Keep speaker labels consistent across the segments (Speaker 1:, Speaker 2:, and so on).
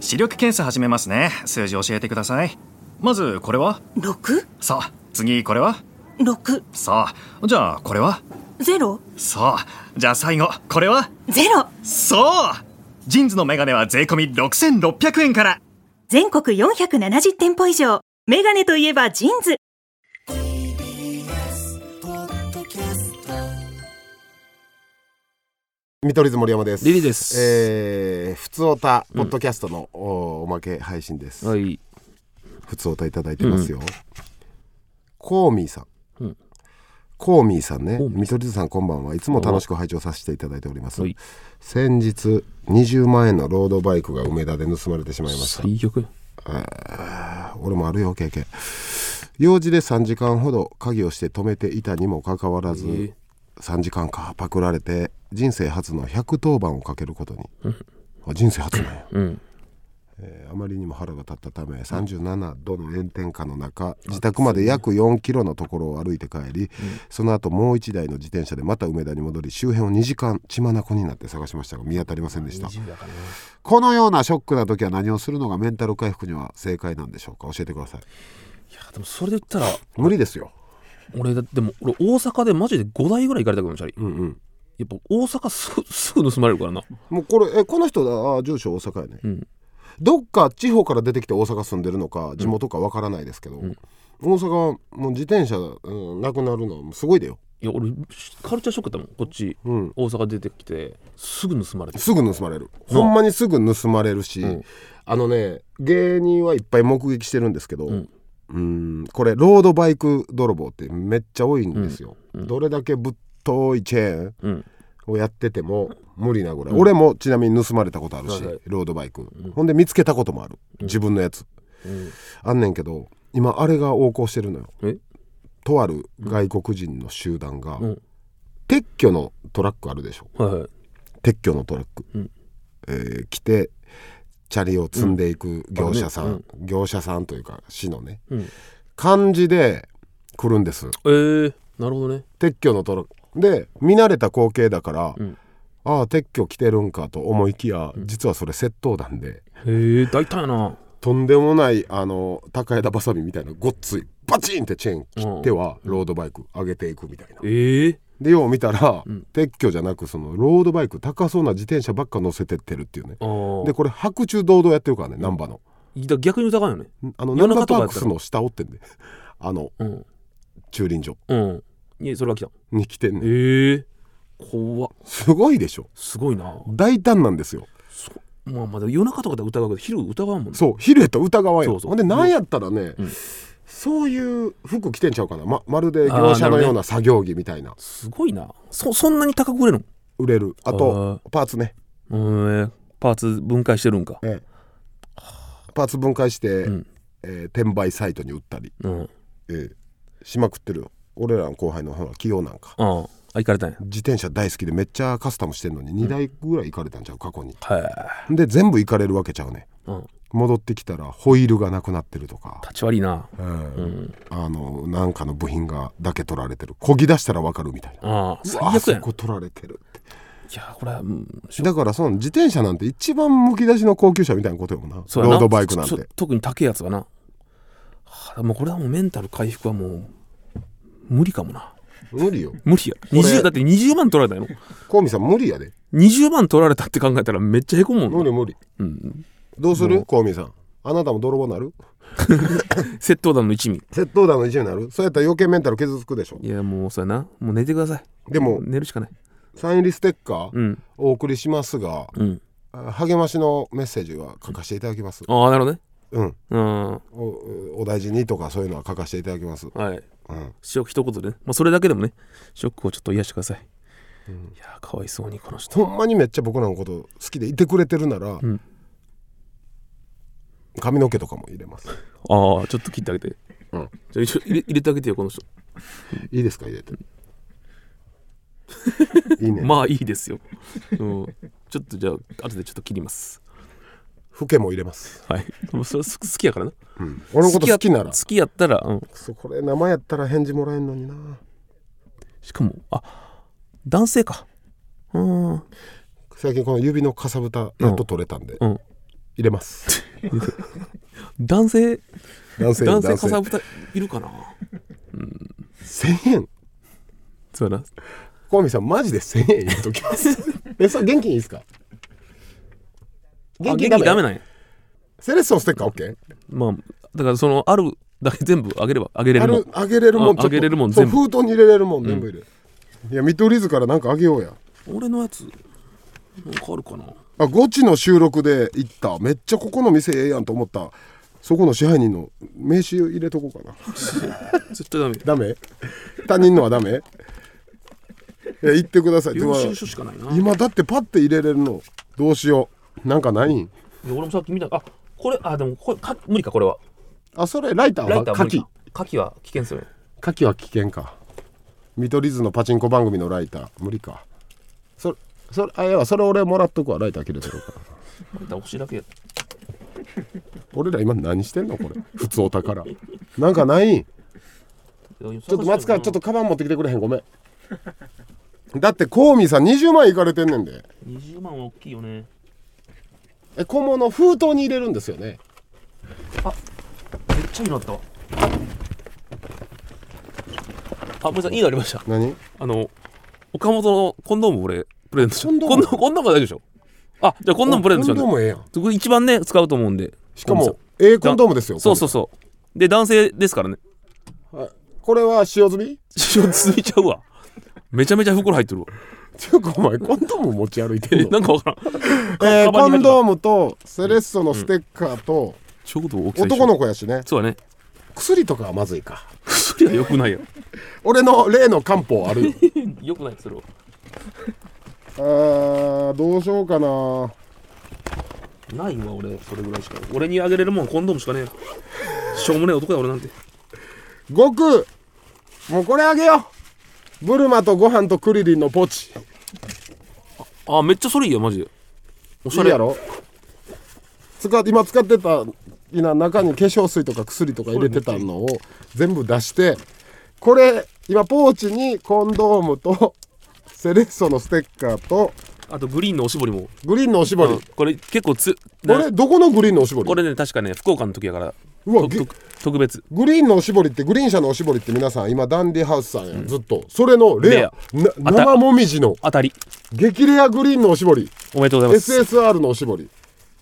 Speaker 1: 視力検査始めますね数字教えてくださいまずこれは
Speaker 2: 6?
Speaker 1: さあ次これは
Speaker 2: 6
Speaker 1: さあじゃあこれは
Speaker 2: ゼロ
Speaker 1: さあじゃあ最後これは
Speaker 2: ゼロ
Speaker 1: そうジンズのメガネは税込み6600円から
Speaker 2: 全国470店舗以上メガネといえばジーンズ
Speaker 3: TBS ポッドキャスト
Speaker 4: 見取り図森山です
Speaker 5: リリーです
Speaker 4: えー、ふつおたポッドキャストの、おおまけ配信です、
Speaker 5: はい
Speaker 4: ふつおたいただいてますよ、コーミーさん、
Speaker 5: うん
Speaker 4: コーミーさんね
Speaker 5: コーミーさん
Speaker 4: 見取り図さんこんばんはいつも楽しく拝聴させていただいております、
Speaker 5: はい
Speaker 4: 先日20万円のロードバイクが梅田で盗まれてしまいました
Speaker 5: 最悪
Speaker 4: 俺もあるよ経験用事で3時間ほど鍵をして止めていたにもかかわらず、3時間かパクられて人生初の110番をかけることにあ人生初なんや、えーあまりにも腹が立ったため37度の炎天下の中自宅まで約4キロのところを歩いて帰り、その後もう1台の自転車でまた梅田に戻り周辺を2時間血眼になって探しましたが見当たりませんでしたこのようなショックな時は何をするのがメンタル回復には正解なんでしょうか教えてください
Speaker 5: でもそれで言ったら
Speaker 4: 無理ですよ
Speaker 5: 俺だっても俺大阪でマジで5台ぐらい行かれたくなるチャリ、
Speaker 4: うんうん
Speaker 5: やっぱ大阪すすぐ盗 まれるからな
Speaker 4: もうこれえこの人ああ住所大阪やね、
Speaker 5: ん
Speaker 4: どっか地方から出てきて大阪住んでるのか地元かわからないですけど、大阪はもう自転車、うん、なくなるのはもうすごいだよ
Speaker 5: いや俺カルチャーショックだもんこっち、
Speaker 4: ん
Speaker 5: 大阪出てきてすぐ盗まれて
Speaker 4: すぐ盗まれるほんまにすぐ盗まれるし、あのね芸人はいっぱい目撃してるんですけど、うん
Speaker 5: ん、
Speaker 4: これロードバイク泥棒ってめっちゃ多いんですよ、どれだけぶっといチェーン
Speaker 5: うん
Speaker 4: をやってても無理なぐらい、俺もちなみに盗まれたことあるし、
Speaker 5: はいはい
Speaker 4: ロードバイク、ほんで見つけたこともある、自分のやつ、あんねんけど今あれが横行してるのよ
Speaker 5: え
Speaker 4: とある外国人の集団が、
Speaker 5: ん
Speaker 4: 撤去のトラックあるでしょ
Speaker 5: はいはい
Speaker 4: 撤去のトラック、えー来てチャリを積んでいく業者さん、業者さんというか市のね、
Speaker 5: ん
Speaker 4: 漢字で来るんです
Speaker 5: えー、なるほどね
Speaker 4: 撤去のトラックで見慣れた光景だから、
Speaker 5: ん
Speaker 4: ああ撤去来てるんかと思いきや、実はそれ窃盗団で
Speaker 5: へえ大胆やな
Speaker 4: とんでもないあの高枝バサミみたいなごっついバチンってチェーン切っては、ロードバイク上げていくみたいな。
Speaker 5: ええー、
Speaker 4: でよう見たら、撤去じゃなくそのロードバイク高そうな自転車ばっか乗せてってるっていうね
Speaker 5: あー
Speaker 4: でこれ白昼堂々やってるからね難波の
Speaker 5: いや逆に疑うよね
Speaker 4: あの
Speaker 5: 夜
Speaker 4: 難
Speaker 5: 中
Speaker 4: 波
Speaker 5: と
Speaker 4: パー
Speaker 5: かやっ
Speaker 4: ク
Speaker 5: たら
Speaker 4: スの下おってんであの
Speaker 5: うん
Speaker 4: 駐輪場
Speaker 5: うんいやそれは来た
Speaker 4: に来てんねん
Speaker 5: ええー、怖っ
Speaker 4: すごいでしょ
Speaker 5: すごいな
Speaker 4: 大胆なんですよ
Speaker 5: そまあまだ夜中とかで疑うけど昼疑うもんね
Speaker 4: そうヒルエット疑わん
Speaker 5: そ
Speaker 4: よ
Speaker 5: うそう
Speaker 4: ほんでなんやったらね、
Speaker 5: ん
Speaker 4: そういう服着てんちゃうかなままるで業者のような作業着みたいな
Speaker 5: すごいなそそんなに高く売れるの
Speaker 4: 売れるあとパーツね、
Speaker 5: うーんパーツ分解してるんか
Speaker 4: ええパーツ分解して、
Speaker 5: ん
Speaker 4: えー転売サイトに売ったり、
Speaker 5: うん
Speaker 4: ええしまくってるよ俺らの後輩のほら器用なんか
Speaker 5: あーあ行かれたんや
Speaker 4: 自転車大好きでめっちゃカスタムしてんのに2台ぐらい行かれたんちゃう過去に
Speaker 5: は
Speaker 4: で全部行かれるわけちゃうね
Speaker 5: い、うん、
Speaker 4: 戻ってきたらホイールがなくなってるとか、
Speaker 5: 立ち悪いな
Speaker 4: うんあのなんかの部品がだけ取られてるこぎ出したらわかるみたいな
Speaker 5: ああ最
Speaker 4: あ
Speaker 5: 悪や
Speaker 4: そ
Speaker 5: ん
Speaker 4: こ取られてるっ
Speaker 5: いやこれは、うん、
Speaker 4: てだからその自転車なんて一番むき出しの高級車みたいなことよな
Speaker 5: そうや
Speaker 4: ロードバイクなん
Speaker 5: そそ
Speaker 4: て
Speaker 5: 特に高いやつがなはあもうこれはもうメンタル回復はもう無理かもな
Speaker 4: 無理よ
Speaker 5: 無理や
Speaker 4: れ
Speaker 5: 20だって20万取られたんやろ
Speaker 4: コウミさん無理やで
Speaker 5: 20万取られたって考えたらめっちゃへこむも
Speaker 4: 無
Speaker 5: んな
Speaker 4: 理無理、どうするコウミさんあなたも泥棒なる
Speaker 5: 窃盗団の一味
Speaker 4: 窃盗団の一員になるそうやったら余計メンタル傷つくでしょ
Speaker 5: いやもうそうやなもう寝てください
Speaker 4: でも
Speaker 5: 寝るしかない
Speaker 4: サイン入りステッカ
Speaker 5: う
Speaker 4: ー
Speaker 5: ん
Speaker 4: お送りしますが、
Speaker 5: うん
Speaker 4: 励ましのメッセージは書かせていただきます、
Speaker 5: ああなるほどね
Speaker 4: うん、
Speaker 5: うん
Speaker 4: おお大事にとかそういうのは書かせていただきます、
Speaker 5: はい
Speaker 4: うん、
Speaker 5: ショック一言でね、まあ、それだけでもねショックをちょっと癒してください、いやーかわいそうにこの人
Speaker 4: ほんまにめっちゃ僕らのこと好きでいてくれてるなら、
Speaker 5: ん
Speaker 4: 髪の毛とかも入れます
Speaker 5: ああちょっと切ってあげて、
Speaker 4: うん
Speaker 5: じゃあ一応入れ入れてあげてよこの人
Speaker 4: いいですか入れて いいね、
Speaker 5: まあいいですよ、うん、ちょっとじゃあ後でちょっと切ります
Speaker 4: フケも入れます、
Speaker 5: はいもうそれす好きやからな
Speaker 4: うん、俺のこと好きなら
Speaker 5: 好きやったら、うん、
Speaker 4: そうこれ生やったら返事もらえんのにな
Speaker 5: しかもあ男性かうん
Speaker 4: 最近この指のかさぶたやっと取れたんで、
Speaker 5: うん
Speaker 4: 入れ ます。
Speaker 5: 男性
Speaker 4: 男性に
Speaker 5: 男性
Speaker 4: 男
Speaker 5: かさ
Speaker 4: 性。
Speaker 5: ぶたいるかな
Speaker 4: 千円。
Speaker 5: そうやな
Speaker 4: 小網さんマジで千円入れとき ます。え、それ現金いいですか。
Speaker 5: あ
Speaker 4: 現金
Speaker 5: 元
Speaker 4: ダ
Speaker 5: 気
Speaker 4: メ。
Speaker 5: ダメなんや
Speaker 4: セレッソのステッカーオッケー。
Speaker 5: まあだからそのあるだけ全部あげればあげれ
Speaker 4: あ
Speaker 5: るもん
Speaker 4: るあげれるもん
Speaker 5: ああげれるもん
Speaker 4: 全
Speaker 5: 全
Speaker 4: 部封
Speaker 5: 部
Speaker 4: 筒に入れれるもん全部入れる、いや見取り図からなんかあげようや
Speaker 5: 俺のやつなんかあるかな
Speaker 4: あゴチの収録で行っためっちゃここの店ええやんと思ったそこの支配人の名刺を入れとこうかな
Speaker 5: 絶対ダメ
Speaker 4: ダメ他人のはダメいや行ってくださいで
Speaker 5: 領
Speaker 4: は
Speaker 5: 収書しかないないや
Speaker 4: 今だってパッて入れれるのどうしようなんかないん
Speaker 5: 俺もさっき見たあこれあでもこれか無理かこれは
Speaker 4: あそれライター
Speaker 5: ライ
Speaker 4: は
Speaker 5: ター
Speaker 4: カ
Speaker 5: 無理
Speaker 4: キ
Speaker 5: かカキは危険する
Speaker 4: カキは危険か見取り図のパチンコ番組のライター無理かそれそれあいやそれ俺もらっとくわライター切れてるから
Speaker 5: ライター欲しいだけや
Speaker 4: 俺ら今何してんのこれ 普通お宝なんかない んち
Speaker 5: ちょっ
Speaker 4: ょっと松川ちょっとカバン持ってきてくれへんごめんだってコーミーさん20万いかれてんねんで
Speaker 5: 20万は大きいよね
Speaker 4: え小物封筒に入れるんですよね
Speaker 5: めっちゃいいのあったわあ森さんいいのありました
Speaker 4: 何
Speaker 5: あの岡本のコンドーム俺プレゼントしよう
Speaker 4: コンドーム
Speaker 5: コンコンドームは大丈夫でしょあじゃあコンドームプレゼントしよう
Speaker 4: コンドームええやん
Speaker 5: そこ一番ね使うと思うんでし
Speaker 4: しかもええコンドームですよ
Speaker 5: そうそうそうで男性ですからね
Speaker 4: これは使用済み
Speaker 5: ちょっと続いちゃうわめちゃめちゃ袋入ってるわ
Speaker 4: ていうかお前コンドーム持ち歩いて
Speaker 5: え
Speaker 4: んの
Speaker 5: なんかわからん
Speaker 4: えー
Speaker 5: カバ
Speaker 4: コ
Speaker 5: ンに入ってた
Speaker 4: ンドームとセレッソのステッカーと
Speaker 5: ちょうど大きさ一緒
Speaker 4: 男の子やしね
Speaker 5: そうだね
Speaker 4: 薬とかはまずいか
Speaker 5: 薬は良くないよ
Speaker 4: 俺の例の漢方ある よ
Speaker 5: 良くないそれは
Speaker 4: あーどうしようかな
Speaker 5: ないわ俺それぐらいしか俺にあげれるもんコンドームしかねえしょうもねえ男だ俺なんて
Speaker 4: 悟空もうこれあげようブルマとご飯とクリリンのポチ
Speaker 5: あめっちゃそれいいよマジでおし
Speaker 4: い
Speaker 5: ゃ
Speaker 4: い
Speaker 5: れ
Speaker 4: やろ使っ今使ってた今中に化粧水とか薬とか入れてたのを全部出してこれ今ポーチにコンドームとセレッソのステッカーと
Speaker 5: あとグリーンのおしぼりも
Speaker 4: グリーンのおしぼり、
Speaker 5: うんこれ結構つ
Speaker 4: これどこのグリーンのおしぼり
Speaker 5: これね確かね福岡の時やから
Speaker 4: うわ
Speaker 5: と
Speaker 4: げ
Speaker 5: と特別
Speaker 4: グリーンのおしぼりってグリーン車のおしぼりって皆さん今ダンディハウスさんや、ずっとそれのレアな
Speaker 5: あた
Speaker 4: 生もみじの
Speaker 5: 当たり
Speaker 4: 激レアグリーンのおしぼり
Speaker 5: おめでとうございます
Speaker 4: SSR のおしぼり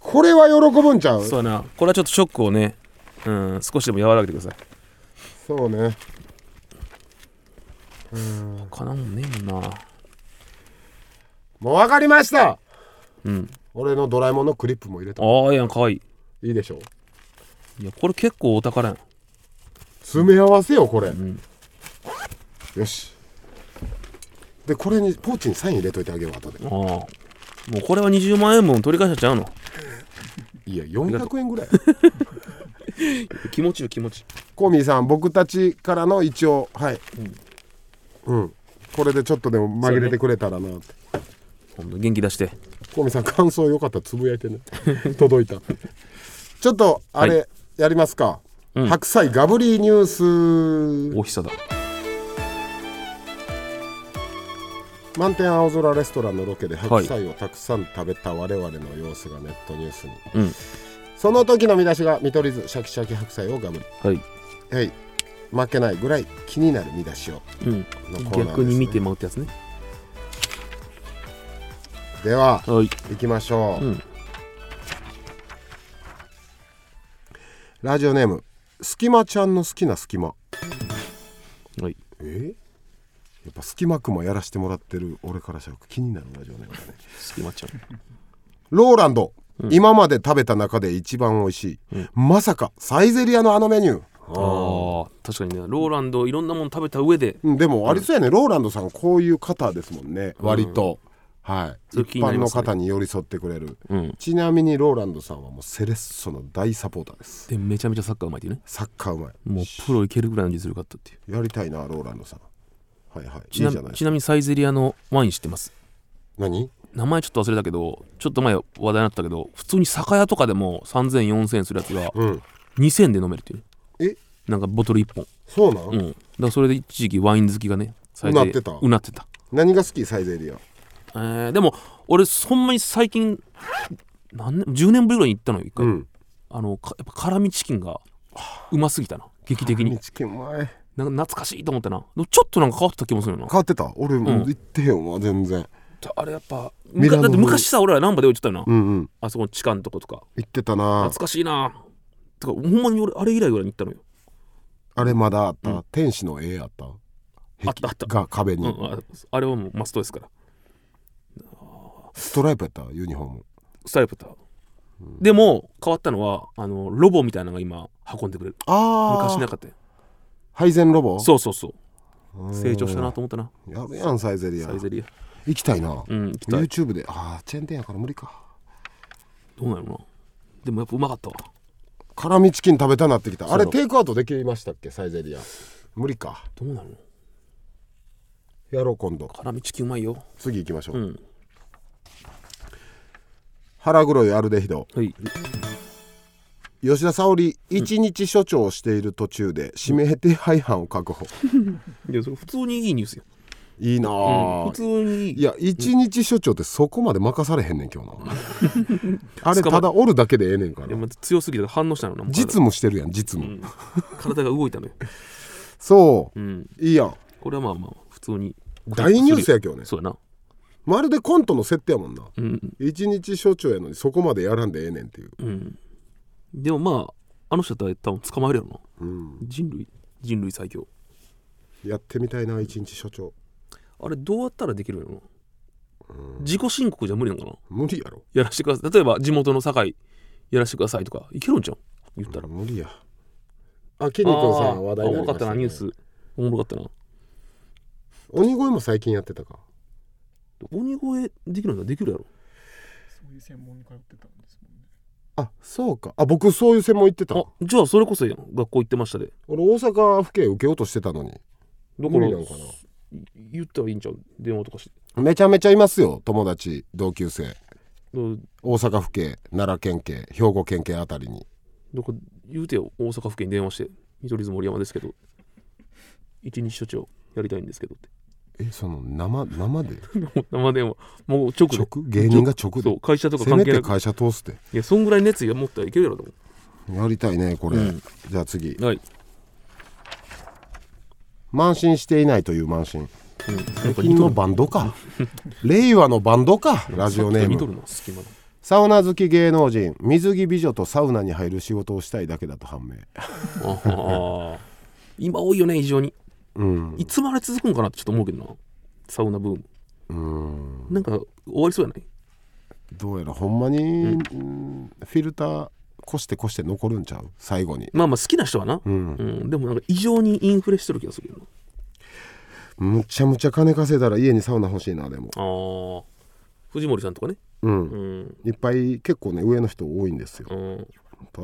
Speaker 4: これは喜ぶんちゃう
Speaker 5: そ
Speaker 4: そう
Speaker 5: やなこれはちょっとショックをねうん少しでも和らげてくださいう
Speaker 4: ね
Speaker 5: 他なんもねえもんな
Speaker 4: もう分かりました
Speaker 5: うん
Speaker 4: 俺のドラえもんのクリップも入れた
Speaker 5: ああいやんかわいい
Speaker 4: いいでしょう
Speaker 5: いやこれ結構お宝やん
Speaker 4: 詰め合わせよこれ、よしでこれにポーチにサイン入れといてあげよう後で
Speaker 5: ああもうこれは20万円分取り返しちゃうの
Speaker 4: いや400円ぐら い
Speaker 5: 気持ちよ気持ち
Speaker 4: コーミーさん僕たちからの一応はいうん、これでちょっとでも紛れてくれたらなって、
Speaker 5: ほんと元気出して
Speaker 4: コウミさん感想よかったらつぶやいてね 届いたちょっとあれ、
Speaker 5: は
Speaker 4: やりますか、
Speaker 5: うん
Speaker 4: 白菜ガブリニュース
Speaker 5: 大久だ
Speaker 4: 満天青空レストランのロケで白菜をたくさん食べた我々の様子がネットニュースに、
Speaker 5: うん
Speaker 4: その時の見出しが見取り図シャキシャキ白菜をガブ
Speaker 5: はい、
Speaker 4: リはい負けないぐらい気になる見出しを
Speaker 5: うん、
Speaker 4: のコーナーですね
Speaker 5: 逆に見てもらうってやつね
Speaker 4: では
Speaker 5: はい
Speaker 4: 行きましょう、
Speaker 5: うん
Speaker 4: ラジオネームすきまちゃんの好きな隙間
Speaker 5: はい
Speaker 4: えやっぱ隙間くもやらしてもらってる俺からしたら気になるラジオネームだね
Speaker 5: 隙間ちゃん
Speaker 4: ローランド、今まで食べた中で一番美味しい、まさかサイゼリアのあのメニュー
Speaker 5: あー確かにねローランドいろんなもの食べた上で
Speaker 4: うんでもありそうやね、ローランドさんこういう方ですもんね割と、はい
Speaker 5: それ
Speaker 4: 一
Speaker 5: 気にな
Speaker 4: 般
Speaker 5: り
Speaker 4: の
Speaker 5: ますね
Speaker 4: 方に寄り添ってくれる、
Speaker 5: ん
Speaker 4: ちなみにローランドさんはもうセレッソの大サポーターです
Speaker 5: でめちゃめちゃサッカーうまいっていうね
Speaker 4: サッカーうまい
Speaker 5: もうプロいけるぐらいの実力があったっていう
Speaker 4: やりたいなローランドさんはいはいいい
Speaker 5: ち
Speaker 4: じゃ
Speaker 5: な
Speaker 4: ないです
Speaker 5: ち
Speaker 4: か
Speaker 5: なみにサイゼリアのワイン知ってます
Speaker 4: 何
Speaker 5: 名前ちょっと忘れたけどちょっと前話題になったけど普通に酒屋とかでも30004000円するやつが
Speaker 4: うん
Speaker 5: 2000で飲めるっていうね
Speaker 4: え
Speaker 5: なんかボトル1本
Speaker 4: そうなん、
Speaker 5: うんだからそれで一時期ワイン好きがねサイゼリア
Speaker 4: うなってた
Speaker 5: うなってた
Speaker 4: 何が好きサイゼリア
Speaker 5: えーでも俺ほんまに最近何年10年ぶりぐらいに行ったのよ一
Speaker 4: う
Speaker 5: 回、
Speaker 4: ん
Speaker 5: あのかやっぱ辛味チキンがうますぎたな劇的に
Speaker 4: チキン前変
Speaker 5: なんか懐かしいと思ったなでもちょっとなんか変わってた気もするよな
Speaker 4: わってた俺も
Speaker 5: うん
Speaker 4: 行ってへんわ全然
Speaker 5: あれやっぱ
Speaker 4: ミラ
Speaker 5: むか
Speaker 4: ノ風
Speaker 5: だって昔さ俺らナンバで置いてたよな、
Speaker 4: うんうん
Speaker 5: あそこの地下のとことか
Speaker 4: 行ってたな
Speaker 5: 懐かしいなてかほんまに俺あれ以来ぐらいに行ったのよ
Speaker 4: あれまだあった、
Speaker 5: うん
Speaker 4: 天使の絵やった
Speaker 5: あったあった
Speaker 4: が壁に、
Speaker 5: うん、ああれはもうマストですから
Speaker 4: ストライプやったユニフォーム
Speaker 5: スタイプだった、でも変わったのはあのロボみたいなのが今運んでくれる
Speaker 4: あ
Speaker 5: 昔
Speaker 4: あ
Speaker 5: なかったよ
Speaker 4: 配膳ロボ
Speaker 5: そうそうそう
Speaker 4: うん
Speaker 5: 成長したなと思ったな
Speaker 4: やるやんサイゼリア
Speaker 5: サイゼリア
Speaker 4: 行きたいな、
Speaker 5: うん行きたい
Speaker 4: YouTube でああチェーン店やから無理か
Speaker 5: どうなるなでもやっぱうまかったわ
Speaker 4: 辛味チキン食べたなってきたあれ
Speaker 5: そう
Speaker 4: テイクアウトできましたっけサイゼリア無理か
Speaker 5: どうなるの
Speaker 4: やろう今度
Speaker 5: 辛味チキンうまいよ
Speaker 4: 次行きましょう、
Speaker 5: うん
Speaker 4: 腹黒いアルデヒド
Speaker 5: はい
Speaker 4: 吉田沙保里一日所長をしている途中で指名手配犯を確保、
Speaker 5: いやそれ普通にいいニュースよ、
Speaker 4: いいなあ、
Speaker 5: うん普通にいい
Speaker 4: いや一日所長ってそこまで任されへんねん今日な あれ
Speaker 5: 捕ま
Speaker 4: ただおるだけでええねんか
Speaker 5: いや
Speaker 4: ら
Speaker 5: また強すぎて反応したのなもう体
Speaker 4: 実務してるやん実務、
Speaker 5: 体が動いたのよ、
Speaker 4: そ
Speaker 5: うん、
Speaker 4: ういいやん
Speaker 5: これはまあまあ普通に
Speaker 4: 大ニュースや今日ね
Speaker 5: そうやな
Speaker 4: まるでコントの設定やもんな
Speaker 5: うん
Speaker 4: 一日所長やのにそこまでやらんでええねんっていう、
Speaker 5: うんでもまああの人だったら多分捕まえるやろ
Speaker 4: うん、
Speaker 5: な人類人類最強
Speaker 4: やってみたいな一日所長
Speaker 5: あれどうやったらできるの自己申告じゃ無理なのかな
Speaker 4: 無理やろ
Speaker 5: やらしてください例えば地元の堺やらしてくださいとかいけるんじゃん言ったら、
Speaker 4: 無理やあきりこさ
Speaker 5: あー
Speaker 4: ん話題になりま
Speaker 5: あおもろか
Speaker 4: し
Speaker 5: っ
Speaker 4: た
Speaker 5: たなニュースおもろかったな
Speaker 4: 鬼越も最近やってたか
Speaker 5: 鬼越できるんだできるやろ
Speaker 6: そういう専門に通ってたんですもんね。
Speaker 4: あそうかあ僕そういう専門行ってた
Speaker 5: あじゃあそれこそやん学校行ってましたで
Speaker 4: 俺大阪府警受けようとしてたのに
Speaker 5: ど
Speaker 4: 無理なんか
Speaker 5: 言ったらいいんちゃう電話とかして
Speaker 4: なめちゃめちゃいますよ友達同級生
Speaker 5: うん
Speaker 4: 大阪府警奈良県警兵庫県警あたりに
Speaker 5: なんか言うてよ大阪府警に電話して「見取り図森山ですけど一日署長やりたいんですけど」って
Speaker 4: えその生生で
Speaker 5: もう生電話もう直で
Speaker 4: 直芸人が直で
Speaker 5: そう会社とか
Speaker 4: せ
Speaker 5: 関
Speaker 4: め
Speaker 5: 係な
Speaker 4: て
Speaker 5: く
Speaker 4: 会社通すって
Speaker 5: いやそんぐらい熱意が持ったらいけるやろと思
Speaker 4: やりたいねこれ、
Speaker 5: うん
Speaker 4: じゃあ次
Speaker 5: うはい
Speaker 4: 慢心していないという慢心
Speaker 5: なん
Speaker 4: 最近のバンドか令和のバンドかラジオネー
Speaker 5: 見と
Speaker 4: ム
Speaker 5: るな隙間の
Speaker 4: サウナ好き芸能人水着美女とサウナに入る仕事をしたいだけだと判明
Speaker 5: ああ今多いよね異常に
Speaker 4: うん
Speaker 5: いつまで続くんかなってちょっと思うけどなサウナブーム
Speaker 4: うん
Speaker 5: なんか終わりそうやない
Speaker 4: どうやらほんまに、うんフィルター越して越して残るんちゃう最後に
Speaker 5: まあまあ好きな人はな、うんんでもなんか異常にインフレしてる気がするよな
Speaker 4: むちゃむちゃ金稼いだら家にサウナ欲しいなでも
Speaker 5: あー藤森さんとかね
Speaker 4: うん
Speaker 5: うん、
Speaker 4: いっぱい結構ね上の人多いんですよ
Speaker 5: う。ん、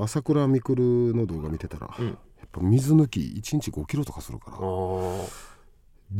Speaker 4: 朝倉未来の動画見てたら、
Speaker 5: ん
Speaker 4: やっぱ水抜き1日5キロとかするから
Speaker 5: あー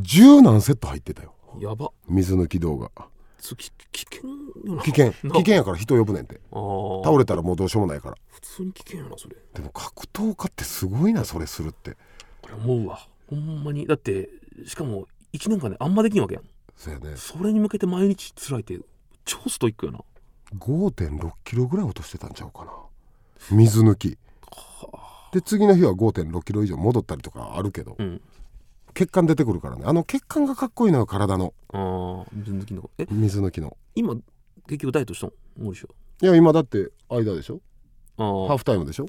Speaker 4: 十何セット入ってたよ
Speaker 5: やば
Speaker 4: 水抜き動 画
Speaker 5: つき危険よな
Speaker 4: 危 険
Speaker 5: な
Speaker 4: 危険やから人呼ぶねんて
Speaker 5: あー
Speaker 4: 倒れたらもうどうしようもないから
Speaker 5: 普通に危険やなそれ
Speaker 4: でも格闘家ってすごいなそれするって
Speaker 5: これ思うわほんまにだってしかも1年間ねあんまできんわけやん
Speaker 4: そうやね
Speaker 5: それに向けて毎日辛いって超ストイックやな
Speaker 4: 5.6キロぐらい落としてたんちゃうかな水抜きで次の日は5.6キロ以上戻ったりとかあるけど、
Speaker 5: うん
Speaker 4: 血管出てくるからねあの血管がかっこいいのよ体の
Speaker 5: ああ水抜きのえ
Speaker 4: 水抜きの
Speaker 5: 今結局ダイエットしたの無理しょ
Speaker 4: いや今だって間でしょ
Speaker 5: あー
Speaker 4: ハーフタイムでしょ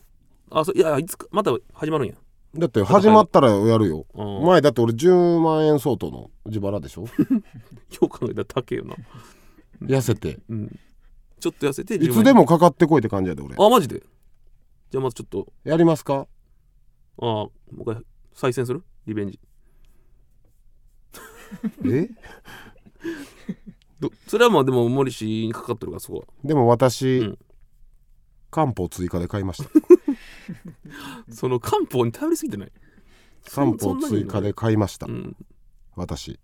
Speaker 5: あそういやいつかまた始まるんや
Speaker 4: だって始まったらやるよ
Speaker 5: あー
Speaker 4: 前だって俺10万円相当の自腹でしょ
Speaker 5: よう考えたら高えよな、
Speaker 4: 痩せて
Speaker 5: うん、ちょっと痩せて
Speaker 4: い
Speaker 5: 10
Speaker 4: つ
Speaker 5: 万
Speaker 4: でもかかってこいって感じやで俺
Speaker 5: あマジでじゃあまずちょっと
Speaker 4: やりますか
Speaker 5: ああもう一回再戦するリベンジ
Speaker 4: え
Speaker 5: どそれはまあでも森氏にかかってるからそこは
Speaker 4: でも私、
Speaker 5: うん
Speaker 4: 漢方追加で買いました
Speaker 5: その漢方に頼りすぎてない
Speaker 4: 漢 方
Speaker 5: そんなにいい
Speaker 4: 追
Speaker 5: の
Speaker 4: 加で買いました
Speaker 5: うん
Speaker 4: 私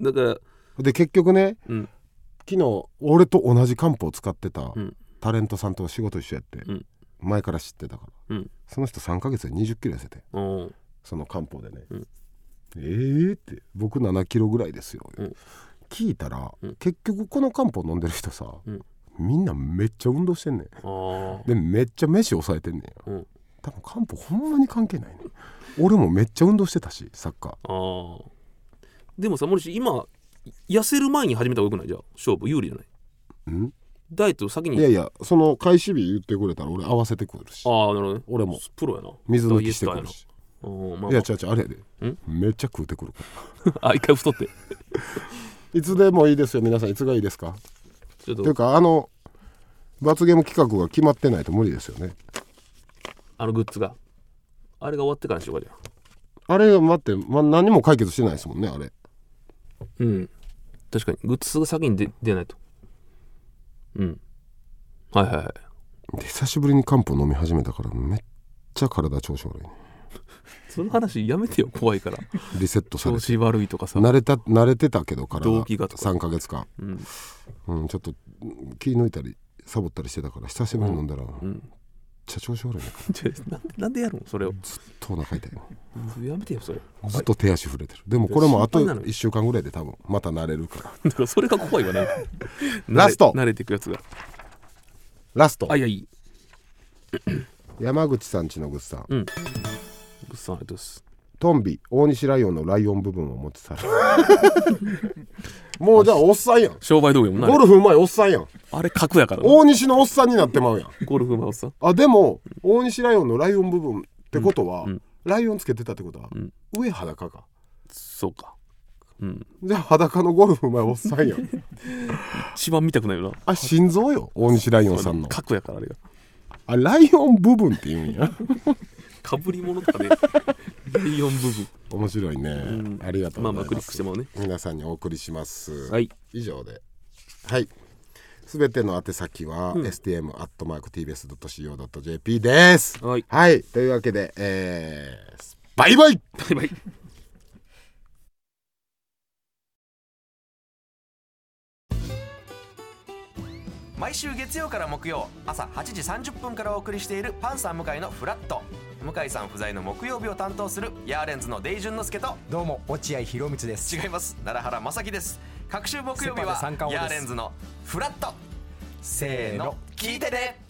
Speaker 5: だから
Speaker 4: で結局ね
Speaker 5: うん
Speaker 4: 昨日俺と同じ漢方を使ってた
Speaker 5: うん
Speaker 4: タレントさんと仕事一緒やって、
Speaker 5: うん
Speaker 4: 前から知ってたから、
Speaker 5: うん
Speaker 4: その人3ヶ月で2 0キロ痩せて
Speaker 5: うん
Speaker 4: その漢方でね「
Speaker 5: うん
Speaker 4: えー」って僕7キロぐらいですよ、
Speaker 5: うん
Speaker 4: 聞いたら、
Speaker 5: うん
Speaker 4: 結局この漢方飲んでる人さ、
Speaker 5: うん
Speaker 4: みんなめっちゃ運動してんねん
Speaker 5: あ
Speaker 4: でめっちゃ飯抑えてんねんや
Speaker 5: あうん
Speaker 4: 多分漢方ほんまに関係ないねん俺もめっちゃ運動してたしサッカー
Speaker 5: ああでもさ森氏今痩せる前に始めた方がよくないじゃあ勝負有利じゃない
Speaker 4: ん
Speaker 5: ダイエット先に
Speaker 4: いやいやその開始日言ってくれたら俺合わせてくるし
Speaker 5: ああなるほどね
Speaker 4: 俺も
Speaker 5: プロやな
Speaker 4: 水抜きしてくるし
Speaker 5: ダイエッターやなうんまあ
Speaker 4: い
Speaker 5: ま
Speaker 4: や
Speaker 5: あ
Speaker 4: 違う違うあれやで
Speaker 5: ん
Speaker 4: めっちゃ食うてくるから
Speaker 5: あ一回太って
Speaker 4: いつでもいいですよ皆さんいつがいいですか
Speaker 5: ちょっ
Speaker 4: という
Speaker 5: と
Speaker 4: かあの罰ゲーム企画が決まってないと無理ですよね
Speaker 5: あのグッズがあれが終わってからにしようかじゃ
Speaker 4: あれ待って、ま、何も解決してないですもんねあれ
Speaker 5: あうん確かにグッズが先に出出ないとうんはいはいはい
Speaker 4: 久しぶりに漢方飲み始めたからめっちゃ体調子悪いね
Speaker 5: その話やめてよ怖いから
Speaker 4: リセットされ
Speaker 5: 調
Speaker 4: て
Speaker 5: 子悪いとかさ
Speaker 4: 慣れた慣れてたけど体
Speaker 5: 動悸がとか
Speaker 4: 3ヶ月間、
Speaker 5: うん
Speaker 4: うん、ちょっとうん気抜いたりサボったりしてたから久しぶりに飲んだら、めっ
Speaker 5: ん
Speaker 4: ちゃ調子悪いね
Speaker 5: ちょなんでなんでやるのそれを
Speaker 4: ずっとお腹 痛いね
Speaker 5: やめてよそれ
Speaker 4: ずっと手足震えてるでもこれもあと
Speaker 5: 心配なの
Speaker 4: 1
Speaker 5: よ
Speaker 4: 週間ぐらいで多分また慣れるから
Speaker 5: だからそれが怖いわなんか
Speaker 4: ラスト
Speaker 5: 慣れ慣れていくやつが
Speaker 4: ラスト
Speaker 5: あいやいい
Speaker 4: 山口さんちのぐっさん
Speaker 5: グッズさんありがとうございます
Speaker 4: トンビ大西ライオンのライオン部分を持ち去る もうじゃあおっさんやん
Speaker 5: 商売道具やもんなあれ
Speaker 4: ゴルフうまいおっさんやん
Speaker 5: あれ格やからな
Speaker 4: 大西のおっさんになってまうやん
Speaker 5: ゴルフマウスさん
Speaker 4: あでも大西ライオンのライオン部分ってことは、
Speaker 5: ん
Speaker 4: ライオンつけてたってことは、
Speaker 5: ん
Speaker 4: 上裸か
Speaker 5: そうかうん
Speaker 4: じゃあ裸のゴルフうまいおっさんやん
Speaker 5: 一番見たくないよな
Speaker 4: あ心臓よ大西ライオンさんの
Speaker 5: 格やからあれが
Speaker 4: あライオン部分って言うんや
Speaker 5: かぶり物とかね ライオン部分
Speaker 4: 面白いね、ありがとう
Speaker 5: まあ
Speaker 4: ご
Speaker 5: ま
Speaker 4: ざ
Speaker 5: あ
Speaker 4: いま
Speaker 5: クリックし
Speaker 4: す、
Speaker 5: てもらうね
Speaker 4: 皆さんにお送りします、
Speaker 5: はい
Speaker 4: 以上ではいすべての宛先は、stm.tbs.co.jp です
Speaker 5: はい
Speaker 4: はいというわけで、えー、バイバイ
Speaker 5: バイバイ
Speaker 7: 毎週月曜から木曜朝8時30分からお送りしているパンサー向井のフラット向井さん不在の木曜日を担当するヤーレンズのデイジュンの之介と
Speaker 8: どうも落合博満です
Speaker 7: 違います奈良原正樹です各週木曜日は
Speaker 8: セパで三冠王で
Speaker 7: ヤー
Speaker 8: す
Speaker 7: レンズのフラットせーの聞いてね